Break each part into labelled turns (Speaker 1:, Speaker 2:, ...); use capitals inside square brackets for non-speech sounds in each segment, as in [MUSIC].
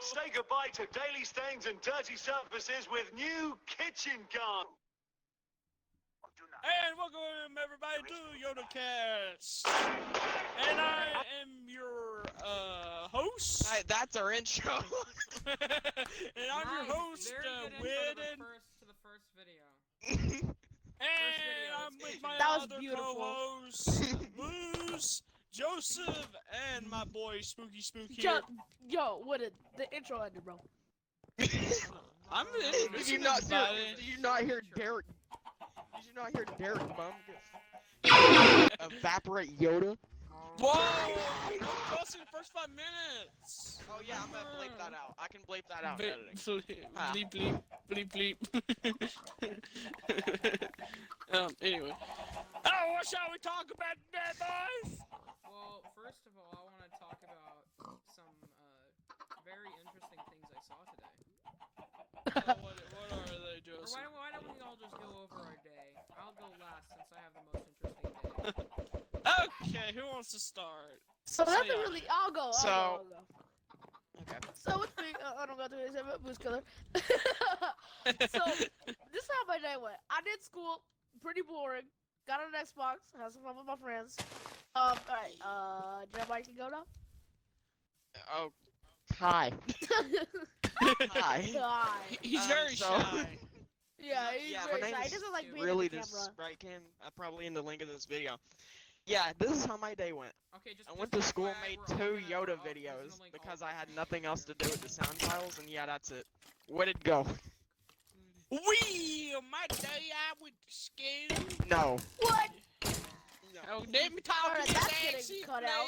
Speaker 1: Say goodbye to daily stains and dirty surfaces with new kitchen guard.
Speaker 2: And welcome everybody to YodaCast. And I am your uh, host.
Speaker 3: Alright, that's our intro.
Speaker 2: [LAUGHS]
Speaker 3: [LAUGHS]
Speaker 2: and I'm
Speaker 4: nice.
Speaker 2: your host,
Speaker 4: Very
Speaker 2: uh,
Speaker 4: good intro to
Speaker 2: Wid,
Speaker 4: the
Speaker 2: and,
Speaker 4: first to the first video.
Speaker 2: and
Speaker 4: video.
Speaker 2: I'm with my
Speaker 5: That was
Speaker 2: other
Speaker 5: beautiful.
Speaker 2: co-hosts, Moose, Joseph, and my boy Spooky Spooky.
Speaker 5: Yo, yo, what a the intro ended, bro.
Speaker 2: I'm
Speaker 3: did
Speaker 2: introducing
Speaker 3: you not hear?
Speaker 2: everybody.
Speaker 3: Did you not hear Derek? Did you not hear Derek Bum just evaporate Yoda?
Speaker 2: Whoa! You're close in the first five minutes.
Speaker 3: Oh yeah, I'm gonna bleep that out. I can bleep that out. in
Speaker 2: Ble-
Speaker 3: editing.
Speaker 2: ble-
Speaker 3: Ah.
Speaker 2: Bleep, bleep, bleep, [LAUGHS] bleep. um, anyway. Oh, what shall we talk about today,
Speaker 5: [LAUGHS]
Speaker 2: boys?
Speaker 4: Well, first of all, I want to talk about some uh, very interesting things I saw today.
Speaker 2: Oh, what, what are they,
Speaker 4: Or
Speaker 2: Joseph?
Speaker 4: why, why don't we all just go over our day? I'll go last since I have the most interesting day.
Speaker 2: Okay, who wants to start?
Speaker 5: So nothing
Speaker 2: yeah.
Speaker 5: really. I'll go. I'll
Speaker 3: So-
Speaker 5: go, I'll go.
Speaker 3: Okay.
Speaker 5: So with me, uh, I don't go to this but boost killer. [LAUGHS]
Speaker 3: [LAUGHS]
Speaker 5: so this is how my day went. I did school, pretty boring. Got on an Xbox, had some fun with my friends. Um, all right. Uh, did everybody can go now? [LAUGHS]
Speaker 3: Oh. Hi.
Speaker 5: [LAUGHS]
Speaker 3: Hi.
Speaker 5: God.
Speaker 2: [LAUGHS] He- he's
Speaker 3: Um,
Speaker 2: very
Speaker 3: so-
Speaker 2: shy.
Speaker 5: Yeah,
Speaker 4: Yeah,
Speaker 5: he's
Speaker 3: yeah,
Speaker 5: very
Speaker 3: my name
Speaker 5: shy. He
Speaker 3: is
Speaker 5: doesn't like being
Speaker 3: Really
Speaker 5: on the camera.
Speaker 3: just right can uh, probably in the link of this video. Yeah, this is how my day went.
Speaker 4: Okay, just.
Speaker 3: I
Speaker 4: just
Speaker 3: went to school,
Speaker 4: FYI,
Speaker 3: made
Speaker 4: we're all
Speaker 3: two
Speaker 4: gonna- we're
Speaker 3: Yoda
Speaker 4: all- there's no
Speaker 3: videos
Speaker 4: link, all
Speaker 3: because
Speaker 4: of
Speaker 3: I
Speaker 4: us
Speaker 3: had
Speaker 4: are
Speaker 3: nothing else to
Speaker 4: here.
Speaker 3: do with the sound files, and yeah, that's it. Where'd it go?
Speaker 2: We, my day, I went to skin.
Speaker 3: No.
Speaker 5: What?
Speaker 3: No.
Speaker 2: Oh, let me talk
Speaker 5: Alright,
Speaker 2: to
Speaker 5: that's
Speaker 2: you,
Speaker 5: getting
Speaker 2: Nancy,
Speaker 5: cut out.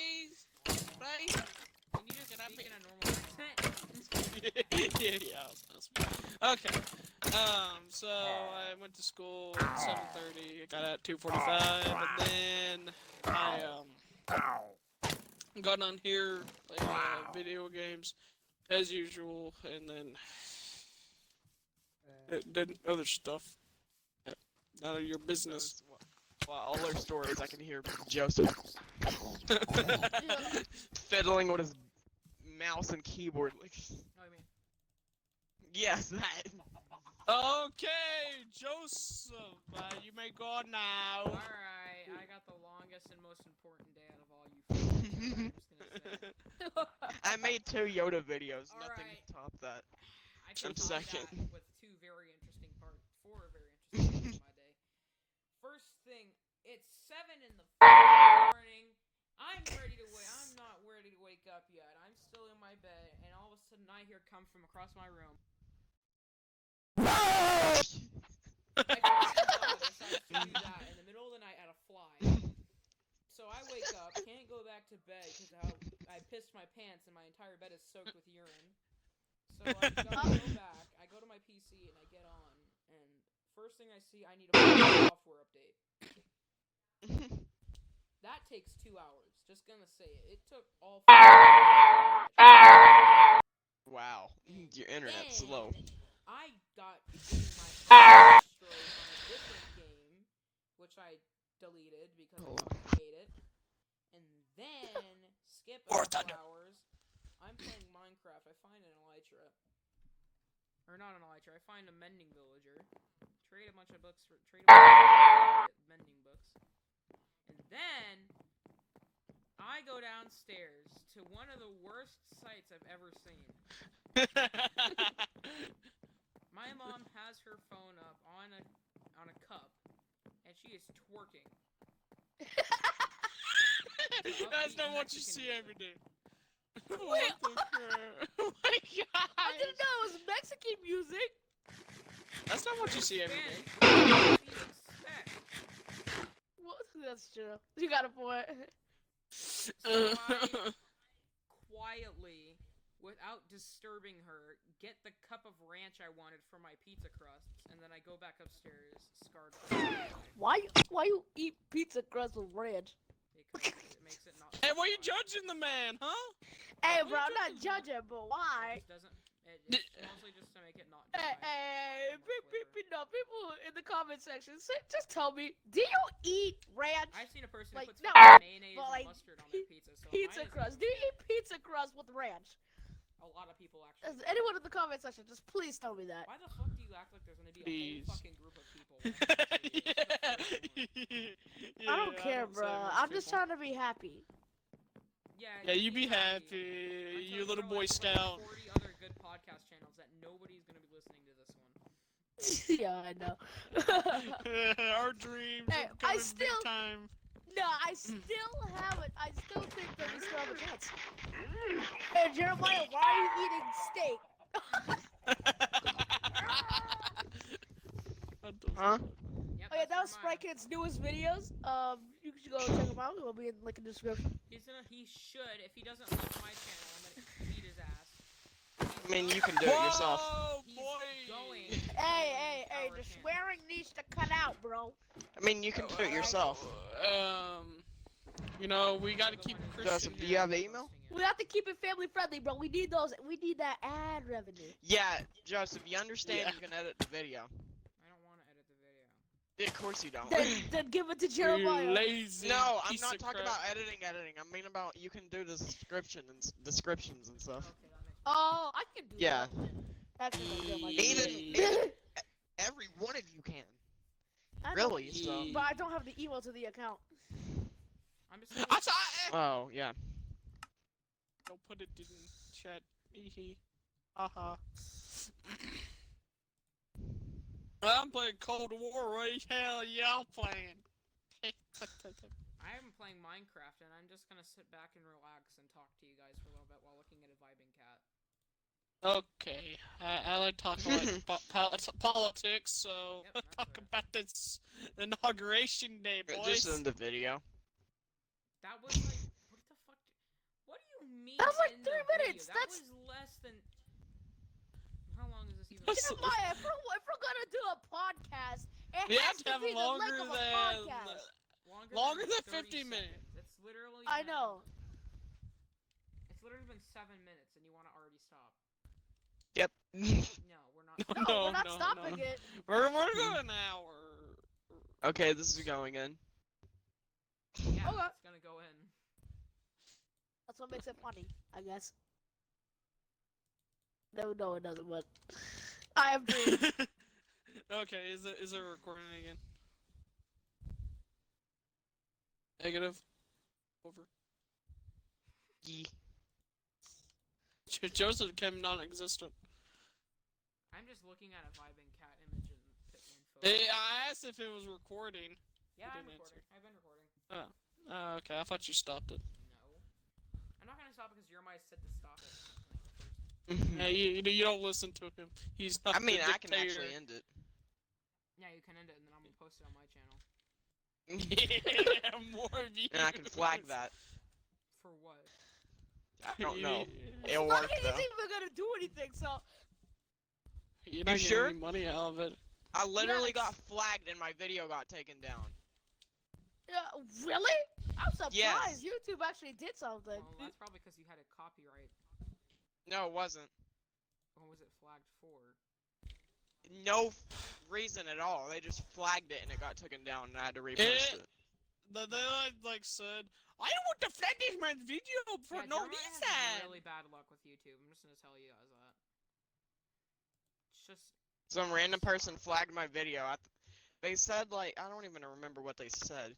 Speaker 2: please. Please.
Speaker 4: Can you just
Speaker 2: Can I
Speaker 4: speak
Speaker 2: be-
Speaker 4: in a normal
Speaker 3: [LAUGHS]
Speaker 2: [LAUGHS]
Speaker 4: accent?
Speaker 2: yeah, yeah, I was supposed to be. Okay. Um, so I went to school at seven thirty, got out at two forty five, and then I um got on here played uh, video games as usual and then did- did other stuff. Yeah, None of your business. [LAUGHS]
Speaker 3: Well, all our stories, I can hear Joseph
Speaker 5: Yeah.
Speaker 3: fiddling with his mouse and keyboard. Like, [LAUGHS]
Speaker 4: No, I mean,
Speaker 3: yes, that.
Speaker 2: okay, Joseph, uh, you may go on now.
Speaker 4: all right, I got the longest and most important day out of all you. fuckers, I'm just gonna say.
Speaker 3: [LAUGHS]
Speaker 4: [LAUGHS]
Speaker 3: I made two Yoda videos.
Speaker 4: All
Speaker 3: Nothing
Speaker 4: right.
Speaker 3: to top
Speaker 2: [LAUGHS]
Speaker 3: that.
Speaker 4: I can
Speaker 3: Just a
Speaker 4: top
Speaker 3: second.
Speaker 4: that with two very interesting part four very interesting parts of my day. First thing, it's seven in the fucking morning. I'm ready to wake. I'm not ready to wake up yet. I'm still in my bed, and all of a sudden I hear come from across my room. I fucking noticed I do that in the middle of the night at a fly. So I wake up, can't go back to bed because I, I pissed my pants and my entire bed is soaked with urine. So I gotta go back. I go to my PC and I get on, and first thing I see, I need a fucking software update. That takes two hours. Just gonna say it. It took all.
Speaker 3: wow, your internet's
Speaker 4: Dang.
Speaker 3: slow.
Speaker 4: I got my phone destroyed on a different game, which I deleted because
Speaker 3: Oh.
Speaker 4: I fucking hate it. And then skip a
Speaker 2: War Thunder.
Speaker 4: couple hours. I'm playing Minecraft. I find an Elytra, or not an Elytra. I find a mending villager. Trade a bunch of books for trade a bunch of [LAUGHS] mending books, and then I go downstairs to one of the worst sites I've ever seen.
Speaker 2: [LAUGHS]
Speaker 4: My mom has her phone up on a on a cup, and she is twerking.
Speaker 2: That's not what you see every day. [LAUGHS] What the crap? Oh my
Speaker 5: I
Speaker 2: god!
Speaker 5: didn't know it was Mexican music.
Speaker 2: That's not what you see every day.
Speaker 4: Spanish. What do you expect?
Speaker 5: What? That's true. You got a point. [LAUGHS]
Speaker 2: Uh,
Speaker 4: So I quietly, without disturbing her, get the cup of ranch I wanted for my pizza crusts, and then I go back upstairs, scarred. for the rest of my life.
Speaker 5: Why? you- Why you eat pizza crust with ranch?
Speaker 4: Because it makes it not.
Speaker 2: [LAUGHS] [LAUGHS] Hey, why you
Speaker 4: satisfying.
Speaker 2: judging the man, huh? [LAUGHS]
Speaker 5: Hey,
Speaker 2: What
Speaker 5: bro, I'm
Speaker 2: are you
Speaker 5: not judging, but why?
Speaker 4: It just doesn't. It,
Speaker 2: Di-
Speaker 4: it's
Speaker 2: [LAUGHS]
Speaker 4: mostly just to make it not.
Speaker 5: Hey,
Speaker 4: dry.
Speaker 5: hey,
Speaker 4: I'm
Speaker 5: pe-
Speaker 4: with
Speaker 5: pe-
Speaker 4: her.
Speaker 5: pe- no, people in the comment section, say, just tell me, do you eat ranch
Speaker 4: I've seen a person
Speaker 5: Like,
Speaker 4: who puts
Speaker 5: no,
Speaker 4: fucking mayonnaise
Speaker 5: but, like,
Speaker 4: and mustard on their pizza. So mine
Speaker 5: pizza
Speaker 4: isn't
Speaker 5: crust? Do you eat pizza crust with ranch?
Speaker 4: A lot. lot of people actually.
Speaker 5: As
Speaker 4: do.
Speaker 5: anyone in the comment section, just please tell me that.
Speaker 4: Why the fuck do you act like there's gonna be
Speaker 2: Please.
Speaker 4: a whole fucking group of
Speaker 2: [LAUGHS]
Speaker 4: people? [LAUGHS]
Speaker 2: yeah.
Speaker 5: I don't care,
Speaker 2: say
Speaker 5: bro.
Speaker 2: much
Speaker 5: I'm just
Speaker 2: people.
Speaker 5: trying to be happy. [LAUGHS]
Speaker 4: Yeah,
Speaker 2: Yeah, you be
Speaker 4: I'm
Speaker 2: happy,
Speaker 4: telling
Speaker 2: you little
Speaker 4: bro,
Speaker 2: boy
Speaker 4: there's like
Speaker 2: scout.
Speaker 4: 40 other good podcast channels that nobody's gonna be listening to this one.
Speaker 5: yeah, I know.
Speaker 2: [LAUGHS]
Speaker 5: [LAUGHS]
Speaker 2: Our dreams are
Speaker 5: Hey,
Speaker 2: coming
Speaker 5: I
Speaker 2: big
Speaker 5: still-
Speaker 2: time. [LAUGHS]
Speaker 5: No, I still have it. I still think that we still have a chance. Hey, Jeremiah, why are you eating steak?
Speaker 2: What the
Speaker 3: Huh?
Speaker 2: fuck?
Speaker 4: Yep,
Speaker 5: Oh yeah,
Speaker 4: that's
Speaker 5: that was
Speaker 4: Jeremiah.
Speaker 5: Spry Kid's newest videos. Um, you should go check them out. It'll be in like in the description.
Speaker 4: He's gonna. He should. If he doesn't like my channel, I'm gonna beat his ass. He's
Speaker 3: I mean,
Speaker 4: going-
Speaker 3: you can do it yourself.
Speaker 2: Whoa,
Speaker 4: He's
Speaker 2: [LAUGHS]
Speaker 4: going.
Speaker 2: boy.
Speaker 5: Hey, hey, hey!
Speaker 4: Our
Speaker 5: The
Speaker 4: channel.
Speaker 5: swearing needs to cut out, bro.
Speaker 3: I mean, you can do it yourself.
Speaker 2: Um, you know we gotta keep Christian.
Speaker 3: Joseph, do you
Speaker 2: here.
Speaker 3: have email?
Speaker 5: We have to keep it family friendly, bro. We need those. We need that ad revenue.
Speaker 3: Yeah, Joseph, you understand
Speaker 2: Yeah.
Speaker 3: you can edit the video.
Speaker 4: I don't want to edit the video.
Speaker 3: Of course you
Speaker 2: Oh.
Speaker 3: don't.
Speaker 5: Then, then give it to
Speaker 2: You
Speaker 5: Jeremiah.
Speaker 2: lazy.
Speaker 3: [LAUGHS] no, I'm
Speaker 2: piece
Speaker 3: not
Speaker 2: of
Speaker 3: talking
Speaker 2: crap.
Speaker 3: about editing, editing. I mean about you can do the description and s- descriptions and stuff.
Speaker 4: Okay, that makes
Speaker 5: Oh, I can do
Speaker 3: Yeah.
Speaker 5: that. That's an idea, like-
Speaker 3: Even-
Speaker 5: [LAUGHS]
Speaker 3: even- Every one of you can.
Speaker 5: I know,
Speaker 3: Really? So.
Speaker 5: But I don't have the email to the account.
Speaker 4: I'm just. Gonna,
Speaker 2: [LAUGHS] I saw it.
Speaker 3: Oh yeah.
Speaker 2: Don't put it in chat. Hee hee. Haha. I'm playing Cold War right hell y'all playing. [LAUGHS]
Speaker 4: I am playing Minecraft, and I'm just gonna sit back and relax and talk to you guys for a little bit while looking at a vibing cat.
Speaker 2: okay. I, I like talking
Speaker 3: [LAUGHS]
Speaker 2: like po- pol- politics, so [LAUGHS]
Speaker 4: Yep,
Speaker 2: let's
Speaker 4: that's
Speaker 2: talk
Speaker 4: right.
Speaker 2: about this inauguration day, boys.
Speaker 3: Just in
Speaker 2: [LAUGHS]
Speaker 3: the video.
Speaker 4: That was like. What the fuck? d- What do you mean?
Speaker 5: That was like
Speaker 4: in
Speaker 5: three
Speaker 4: the video?
Speaker 5: minutes,
Speaker 4: That
Speaker 5: that's-
Speaker 4: was less than. How long is this even?
Speaker 2: That's-
Speaker 4: gonna
Speaker 5: Jeremiah, if we're, if we're gonna do a podcast, it
Speaker 2: we
Speaker 5: has
Speaker 2: have to have
Speaker 5: be the
Speaker 2: longer
Speaker 5: length of a
Speaker 2: than.
Speaker 5: podcast.
Speaker 4: be? Longer,
Speaker 2: longer than 50
Speaker 4: 30
Speaker 2: minutes.
Speaker 4: seconds. It's literally. been-
Speaker 5: I know.
Speaker 4: It's literally been seven minutes, and you want to already stop.
Speaker 3: Yep.
Speaker 4: No, we're not.
Speaker 2: [LAUGHS]
Speaker 5: No,
Speaker 2: No,
Speaker 5: we're not
Speaker 2: no, no.
Speaker 5: stopping it.
Speaker 2: We're,
Speaker 5: [LAUGHS]
Speaker 2: we're going an hour.
Speaker 3: okay, this is going in.
Speaker 4: Yeah,
Speaker 5: Okay.
Speaker 4: it's gonna go in.
Speaker 5: That's what makes it funny, I guess. No, no, it doesn't. But I
Speaker 3: [LAUGHS]
Speaker 5: have dreams.
Speaker 2: okay, is it is it recording again? Negative. Over. [LAUGHS]
Speaker 3: Yee.
Speaker 2: Jo- Joseph became non-existent.
Speaker 4: I'm just looking at a vibing cat image in Pitman photo.
Speaker 2: Eh, I asked if it was recording.
Speaker 4: yeah, I'm
Speaker 2: didn't
Speaker 4: recording. I've been recording.
Speaker 2: Oh, okay, I thought you stopped it.
Speaker 4: No. I'm not gonna stop because Jeremiah said to stop it.
Speaker 2: Yeah, you, you- you don't listen to him. He's not.
Speaker 3: Mm-hmm. I mean,
Speaker 2: the
Speaker 3: I can
Speaker 2: dictator.
Speaker 3: actually end it.
Speaker 4: Yeah, you can end it and then I'm gonna post it on my channel.
Speaker 2: [LAUGHS] yeah, more views.
Speaker 3: and I can flag that.
Speaker 4: For what?
Speaker 3: I don't
Speaker 2: [LAUGHS]
Speaker 3: know.
Speaker 2: You-
Speaker 3: It'll
Speaker 5: Fuck,
Speaker 3: work
Speaker 5: he
Speaker 3: though.
Speaker 5: isn't even gonna do anything. So
Speaker 2: You're not getting
Speaker 3: sure?
Speaker 2: any money out of it.
Speaker 3: I literally
Speaker 5: Yes.
Speaker 3: got flagged and my video got taken down.
Speaker 5: yeah, really, I'm surprised
Speaker 3: Yes.
Speaker 5: YouTube actually did something.
Speaker 4: Well,
Speaker 5: [LAUGHS]
Speaker 4: that's probably because you had a copyright.
Speaker 3: No, it wasn't.
Speaker 4: What was it flagged for?
Speaker 3: No f- reason at all. They just flagged it and it got taken down and I had to repost
Speaker 2: Eh.
Speaker 3: it.
Speaker 2: Then I like said, I don't want to flag this man's video for
Speaker 4: Yeah,
Speaker 2: no
Speaker 4: Jeremiah has
Speaker 2: reason.
Speaker 4: [LAUGHS] really bad luck with YouTube. I'm just gonna tell you guys that. It's just
Speaker 3: Some random person flagged my video. I th- they said like I don't even remember what they said.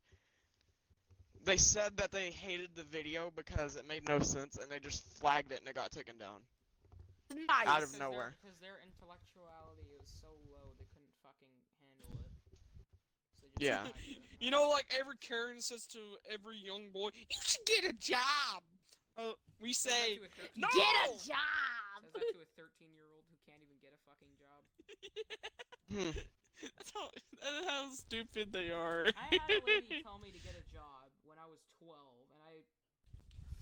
Speaker 3: They said that they hated the video because it made no sense and they just flagged it and it got taken down.
Speaker 5: Nice.
Speaker 3: Out of
Speaker 4: because their-
Speaker 3: nowhere.
Speaker 4: Because their intellectuality is so low, they couldn't fucking handle it. So they just
Speaker 3: Yeah.
Speaker 4: flagged it.
Speaker 2: [LAUGHS] You know, like every Karen says to every young boy, you should get a job. Uh, we
Speaker 4: Says that
Speaker 2: say,
Speaker 4: to a 13
Speaker 2: No!
Speaker 5: Get a
Speaker 4: Says
Speaker 5: job.
Speaker 4: that to a 13 year old who can't even get a fucking job.
Speaker 3: Hmm.
Speaker 2: [LAUGHS] that's how, that's how stupid they are.
Speaker 4: I had a lady tell me to get a job when I was 12, and I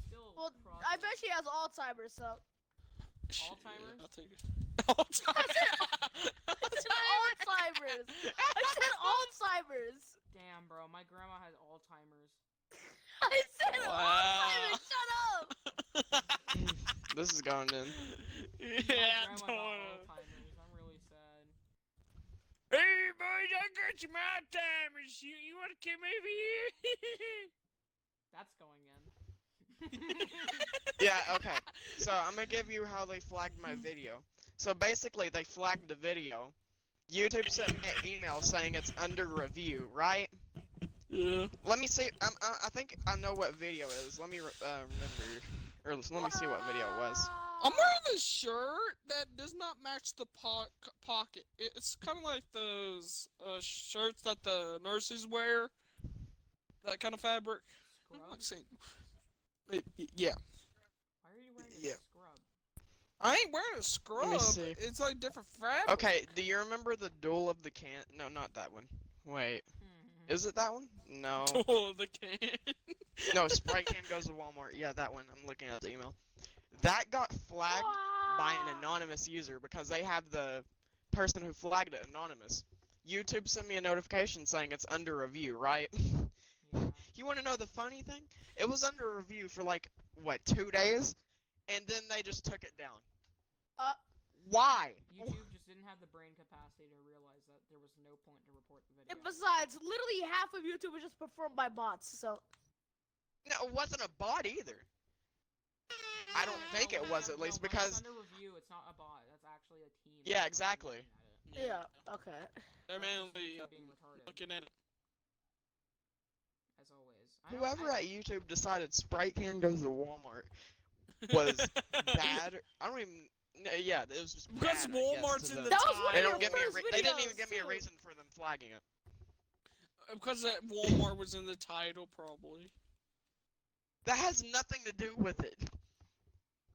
Speaker 4: still.
Speaker 5: Well,
Speaker 4: process-
Speaker 5: I bet she has Alzheimer's. So [LAUGHS]
Speaker 2: [LAUGHS]
Speaker 4: Alzheimer's?
Speaker 2: I'll take it. Alzheimer's. [LAUGHS]
Speaker 5: I said Alzheimer's. I said Alzheimer's.
Speaker 4: Damn, bro, my grandma has Alzheimer's.
Speaker 5: I said
Speaker 2: Wow.
Speaker 5: Alzheimer's. Shut up.
Speaker 3: this is going in.
Speaker 2: yeah,
Speaker 4: my grandma
Speaker 2: don't
Speaker 4: got
Speaker 2: wanna-
Speaker 4: Alzheimer's. I'm really sad.
Speaker 2: Hey, boys, I got some Alzheimer's. You, you want to come over here? [LAUGHS]
Speaker 4: [LAUGHS] That's going in.
Speaker 3: Yeah, okay. So I'm gonna give you how they flagged my video. So basically, they flagged the video. YouTube sent me an email saying it's under review, right?
Speaker 2: Yeah.
Speaker 3: Let me see. I'm, I, I think I know what video it is. Let me re- uh, remember, or let me see what video it was.
Speaker 2: I'm wearing this shirt that does not match the po- pocket. It- It's kind of like those uh, shirts that the nurses wear, that kind of fabric. What am I
Speaker 4: Scrub?
Speaker 2: saying? It- y- yeah.
Speaker 4: Why are you wearing a
Speaker 2: Yeah.
Speaker 4: [LAUGHS] scrub?
Speaker 2: I ain't wearing a scrub.
Speaker 3: see.
Speaker 2: It's like different fabric.
Speaker 3: Okay, do you remember the duel of the can? No, not that one. Wait,
Speaker 4: Hmm.
Speaker 3: is it that one? No,
Speaker 2: [LAUGHS] Oh, the can.
Speaker 3: no. Sprite can goes to Walmart. Yeah, that one. I'm looking at the email. That got flagged by an anonymous user because they have the person who flagged it anonymous. YouTube sent me a notification saying it's under review, right? [LAUGHS]
Speaker 4: Yeah.
Speaker 3: you want to know the funny thing? It was under review for like what two days, and then they just took it down.
Speaker 5: Uh.
Speaker 3: why?
Speaker 4: YouTube just didn't have the brain capacity to realize that there was no point to report the video.
Speaker 5: And besides, literally half of YouTube is just performed by bots. So
Speaker 3: No, it wasn't a bot either. I don't
Speaker 4: No,
Speaker 3: think it
Speaker 4: when
Speaker 3: was at
Speaker 4: have- no,
Speaker 3: least
Speaker 4: when it's
Speaker 3: because
Speaker 4: under review, it's not a bot. That's actually a team.
Speaker 3: Yeah,
Speaker 4: that's
Speaker 3: exactly.
Speaker 4: fucking looking at it.
Speaker 5: yeah, okay.
Speaker 2: They're
Speaker 4: That's just
Speaker 2: mainly uh,
Speaker 4: YouTube being retarded,
Speaker 2: looking at it.
Speaker 4: as always. I don't-
Speaker 3: whoever
Speaker 4: I,
Speaker 3: at YouTube decided Sprite can goes
Speaker 2: [LAUGHS]
Speaker 3: to Walmart was bad. I don't even. No, yeah, it was just
Speaker 2: Because
Speaker 3: bad, I guess,
Speaker 2: Walmart's
Speaker 3: to
Speaker 2: in the
Speaker 3: the
Speaker 5: That
Speaker 2: top.
Speaker 5: was one
Speaker 3: They
Speaker 5: of
Speaker 3: don't
Speaker 5: your
Speaker 3: give me. A
Speaker 5: first
Speaker 3: re- they didn't even
Speaker 5: videos,
Speaker 3: give me a
Speaker 5: too.
Speaker 3: reason for them flagging it.
Speaker 2: Because that Walmart was in the title, probably.
Speaker 3: That has nothing to do with it.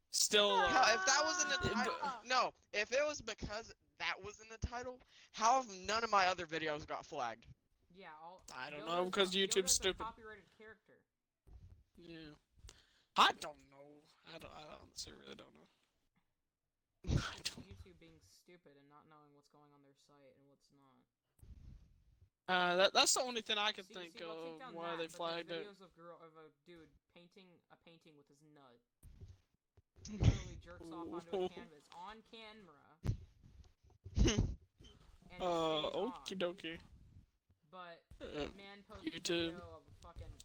Speaker 2: Still.
Speaker 5: No,
Speaker 3: Hell,
Speaker 2: Uh,
Speaker 3: if that was in the
Speaker 2: It-
Speaker 3: title, no. If it was because that was in the title, how have none of my other videos got flagged? [LAUGHS]
Speaker 4: yeah, I'll,
Speaker 2: I don't
Speaker 4: Yoda's
Speaker 2: know,
Speaker 4: a-
Speaker 2: because YouTube's
Speaker 4: Yoda's
Speaker 2: stupid.
Speaker 4: A copyrighted character.
Speaker 2: yeah. I don't know. I don't. I honestly really don't know. I don't.
Speaker 4: YouTube being stupid and not knowing what's going on their site and what's not.
Speaker 2: Uh, that, that's the only thing I can
Speaker 4: See-
Speaker 2: think
Speaker 4: see, we'll take down
Speaker 2: of why they
Speaker 4: that, but there's
Speaker 2: flagged it.
Speaker 4: Videos of girl of a dude painting a painting with his nut. He Literally jerks off onto a canvas on
Speaker 2: [LAUGHS]
Speaker 4: camera. And it
Speaker 2: Uh,
Speaker 4: stays on,
Speaker 2: okie dokie.
Speaker 4: But
Speaker 2: Uh,
Speaker 4: man posted
Speaker 2: YouTube.
Speaker 4: a video of a fucking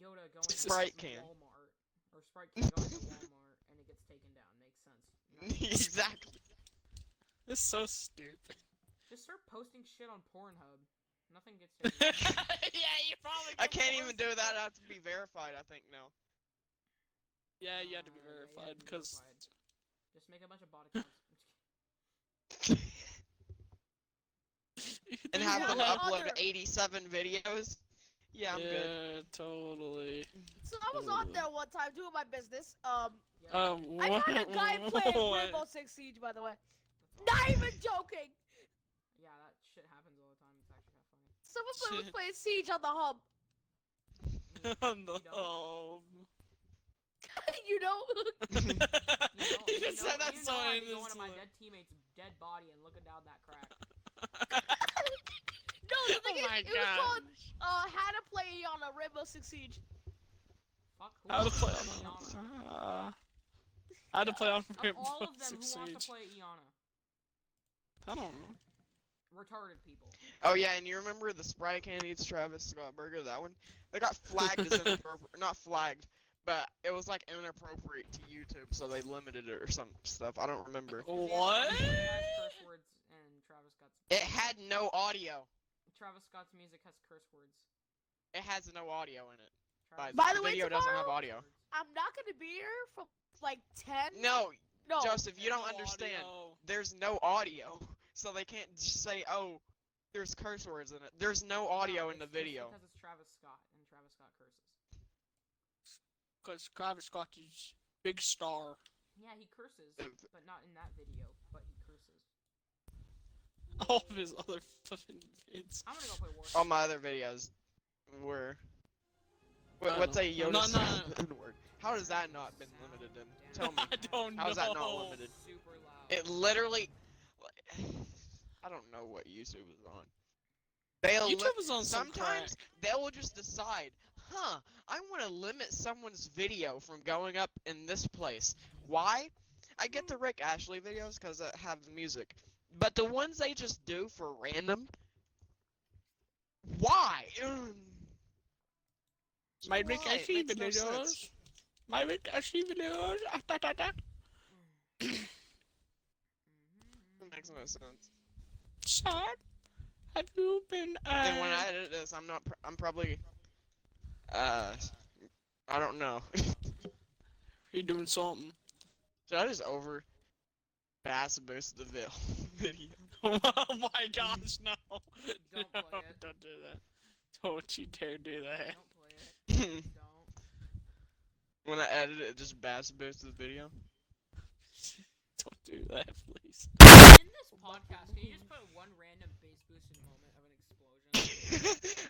Speaker 4: Yoda going
Speaker 2: This
Speaker 4: to
Speaker 2: is-
Speaker 3: Sprite
Speaker 4: fucking
Speaker 3: can.
Speaker 4: Walmart or Sprite can
Speaker 2: [LAUGHS]
Speaker 4: going to Walmart and it gets taken down. Makes sense.
Speaker 3: exactly.
Speaker 2: it's so stupid.
Speaker 4: Just start posting shit on Pornhub. Nothing gets
Speaker 2: [LAUGHS]
Speaker 4: taken. down.
Speaker 2: you probably.
Speaker 3: I can't even do that. I have to be verified. I think now.
Speaker 2: Yeah, you have to be
Speaker 4: Uh, yeah, you have to be
Speaker 2: verified because
Speaker 4: verified. Just make a bunch of bot accounts.
Speaker 2: [LAUGHS]
Speaker 3: And
Speaker 5: You
Speaker 3: have
Speaker 5: got
Speaker 3: them
Speaker 5: one
Speaker 3: upload
Speaker 5: other.
Speaker 3: 87 videos. Yeah, I'm
Speaker 2: yeah,
Speaker 3: good.
Speaker 2: totally.
Speaker 5: So I was on there one time doing my business. Um,
Speaker 4: Yeah,
Speaker 2: Uh, [LAUGHS]
Speaker 5: I
Speaker 2: what?
Speaker 5: got a guy playing
Speaker 2: what?
Speaker 5: Rainbow Six Siege, by the way.
Speaker 4: that's
Speaker 5: Not
Speaker 4: awesome.
Speaker 5: even joking.
Speaker 4: Yeah, that shit happens all the time. It's actually kind of funny.
Speaker 5: Someone play- was
Speaker 2: Shit.
Speaker 5: playing Siege on the
Speaker 4: [LAUGHS]
Speaker 5: hub.
Speaker 2: no.
Speaker 4: You don't.
Speaker 5: [LAUGHS] you know, [LAUGHS]
Speaker 2: [LAUGHS] you just said that
Speaker 4: you
Speaker 2: so
Speaker 4: know I'd be going to my
Speaker 2: innocently.
Speaker 4: dead teammate's dead body and looking down that crack.
Speaker 5: no, the thing
Speaker 2: oh my
Speaker 5: is, it was
Speaker 2: god.
Speaker 5: called uh, how to play on a Rainbow Six Siege.
Speaker 4: Fuck who
Speaker 2: How to
Speaker 4: wants
Speaker 2: play
Speaker 4: play
Speaker 3: [LAUGHS]
Speaker 2: on?
Speaker 4: Iana?
Speaker 2: Uh, how to play on
Speaker 4: Of all of them, who wants to play Iana?
Speaker 2: I don't know.
Speaker 4: Retarded people.
Speaker 3: [LAUGHS] Oh yeah, and you remember the Sprite can eats Travis Scott burger? That one. They got flagged as inappropriate. Not flagged, but it was like inappropriate to YouTube, so they limited it or some stuff. I don't remember.
Speaker 2: What?
Speaker 4: It has curse words and Travis Scott's.
Speaker 3: It had no audio.
Speaker 4: Travis Scott's music has curse words.
Speaker 3: It has no audio in it.
Speaker 4: Travis
Speaker 5: By
Speaker 3: the
Speaker 5: the way,
Speaker 3: video doesn't have
Speaker 5: tomorrow-
Speaker 3: audio.
Speaker 4: Scott's
Speaker 5: I'm not gonna be here from like ten.
Speaker 3: No,
Speaker 5: no.
Speaker 3: Joseph, you don't understand.
Speaker 2: Audio.
Speaker 3: There's no audio, [LAUGHS] so they can't just say, "Oh, there's curse words in it." There's no audio in the
Speaker 4: it's- it's
Speaker 3: video.
Speaker 4: because it's Travis Scott and Travis Scott curses.
Speaker 2: Because Travis Scott is big star. [LAUGHS]
Speaker 4: Yeah, he curses,
Speaker 3: Uh,
Speaker 4: but not in that video. But he curses.
Speaker 2: All of his other fucking kids.
Speaker 4: I'm gonna go play Warhammer.
Speaker 3: All my other videos were. What,
Speaker 2: I
Speaker 3: what's a
Speaker 2: don't know.
Speaker 3: Yoda?
Speaker 2: No, no,
Speaker 3: sound word? How has that not been limited? [LAUGHS] Then tell me.
Speaker 2: I don't
Speaker 3: How's
Speaker 2: know.
Speaker 3: that not limited?
Speaker 4: Super loud.
Speaker 3: It literally. [SIGHS] I don't know what YouTube is on. They'll li-
Speaker 2: YouTube is on some crack.
Speaker 3: sometimes they will just decide, huh? I want to limit someone's video from going up in this place. Why? I get the Rick Ashley videos because I have music, but the ones they just do for
Speaker 2: [SIGHS]
Speaker 3: random. Why?
Speaker 2: My Rick
Speaker 3: Why? It
Speaker 2: Ashley
Speaker 3: makes no
Speaker 2: videos.
Speaker 3: sense.
Speaker 2: My Rick Ashley videos. Ah, da, da, da.
Speaker 3: It makes no sense.
Speaker 2: Son, have you been, uh...
Speaker 3: And when I edit this, I'm not. Pr- I'm probably. Uh, I don't know. [LAUGHS]
Speaker 2: You're doing something. [LAUGHS]
Speaker 3: Should I just over bass boost the vil- [LAUGHS] video?
Speaker 2: oh my gosh, no.
Speaker 4: Don't
Speaker 2: [LAUGHS] no,
Speaker 4: play it.
Speaker 2: don't do that. Don't you dare do that.
Speaker 4: Don't play it. Please Don't.
Speaker 3: when I edit it, just bass boost the video. [LAUGHS]
Speaker 2: Don't do that, please.
Speaker 4: In this podcast, can you just put one random bass boosted moment of an explosion?
Speaker 3: [LAUGHS]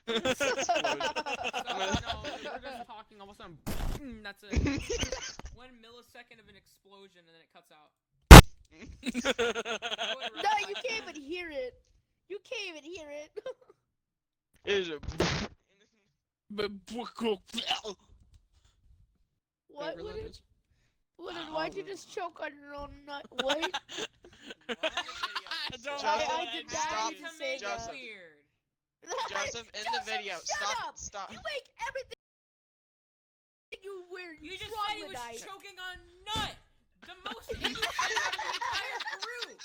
Speaker 4: So, no, we're just talking all of a sudden. boom, That's it. One millisecond of an explosion and then it cuts out.
Speaker 5: No, you
Speaker 2: [LAUGHS]
Speaker 5: can't even hear it. You can't even hear it. [LAUGHS]
Speaker 3: It's a. [LAUGHS]
Speaker 5: What? What did, what did, why'd you just choke on your own [LAUGHS] nut?
Speaker 2: [LAUGHS]
Speaker 5: What?
Speaker 2: Don't do
Speaker 3: I- I
Speaker 2: that.
Speaker 5: did
Speaker 2: [LAUGHS]
Speaker 5: not
Speaker 3: Stop.
Speaker 4: Stop.
Speaker 5: even say
Speaker 3: Joseph.
Speaker 5: that.
Speaker 4: weird.
Speaker 3: Joseph, in the
Speaker 5: Joseph,
Speaker 3: video,
Speaker 5: shut
Speaker 3: stop,
Speaker 5: up.
Speaker 3: stop.
Speaker 5: You make everything you weird.
Speaker 4: You just said he was
Speaker 5: troglodyte.
Speaker 4: choking on nut. The
Speaker 3: [LAUGHS]
Speaker 4: most English thing out of the entire group.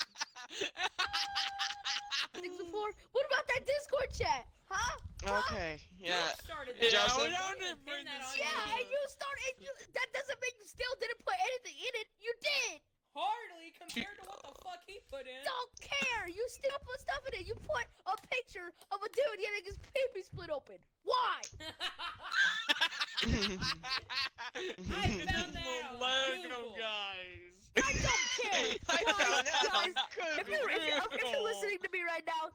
Speaker 5: Things before. What about that Discord chat? Huh?
Speaker 3: [LAUGHS] Okay,
Speaker 5: [LAUGHS]
Speaker 3: yeah.
Speaker 4: You started
Speaker 2: Yeah,
Speaker 4: that.
Speaker 2: I
Speaker 3: Joseph-
Speaker 4: You didn't
Speaker 2: didn't
Speaker 4: pin
Speaker 2: bring
Speaker 4: that
Speaker 2: this up.
Speaker 4: on
Speaker 5: Yeah,
Speaker 4: you.
Speaker 5: and you started. And you, that doesn't mean you still didn't put anything in it. You did.
Speaker 4: Hardly compared to what the fuck he put in. [LAUGHS]
Speaker 5: Don't care. You still put stuff in it. You put a picture of a dude getting his peepee split open. Why?
Speaker 4: found
Speaker 2: Lego guys.
Speaker 5: [LAUGHS] I don't
Speaker 3: [LAUGHS]
Speaker 5: care.
Speaker 3: I
Speaker 5: Guys,
Speaker 3: found out.
Speaker 5: guys, if
Speaker 3: Could be.
Speaker 5: you're, if, you're, if
Speaker 4: [LAUGHS]
Speaker 5: you're
Speaker 2: Cool.
Speaker 5: listening to me right now,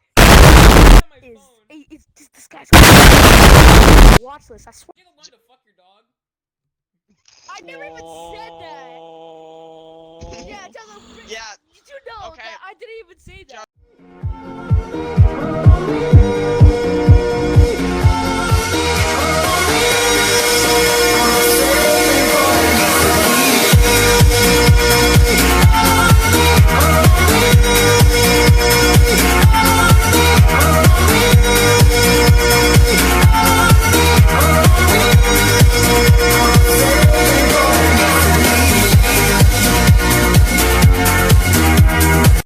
Speaker 4: on my
Speaker 5: is
Speaker 4: phone.
Speaker 5: it- it's just this guy's watch list. I swear.
Speaker 4: You're the one to fuck your dog.
Speaker 5: I never even said that.
Speaker 2: that.
Speaker 5: Yeah, Joseph.
Speaker 2: Oh.
Speaker 3: Yeah,
Speaker 5: Did you know
Speaker 3: Okay.
Speaker 5: that I didn't even say that?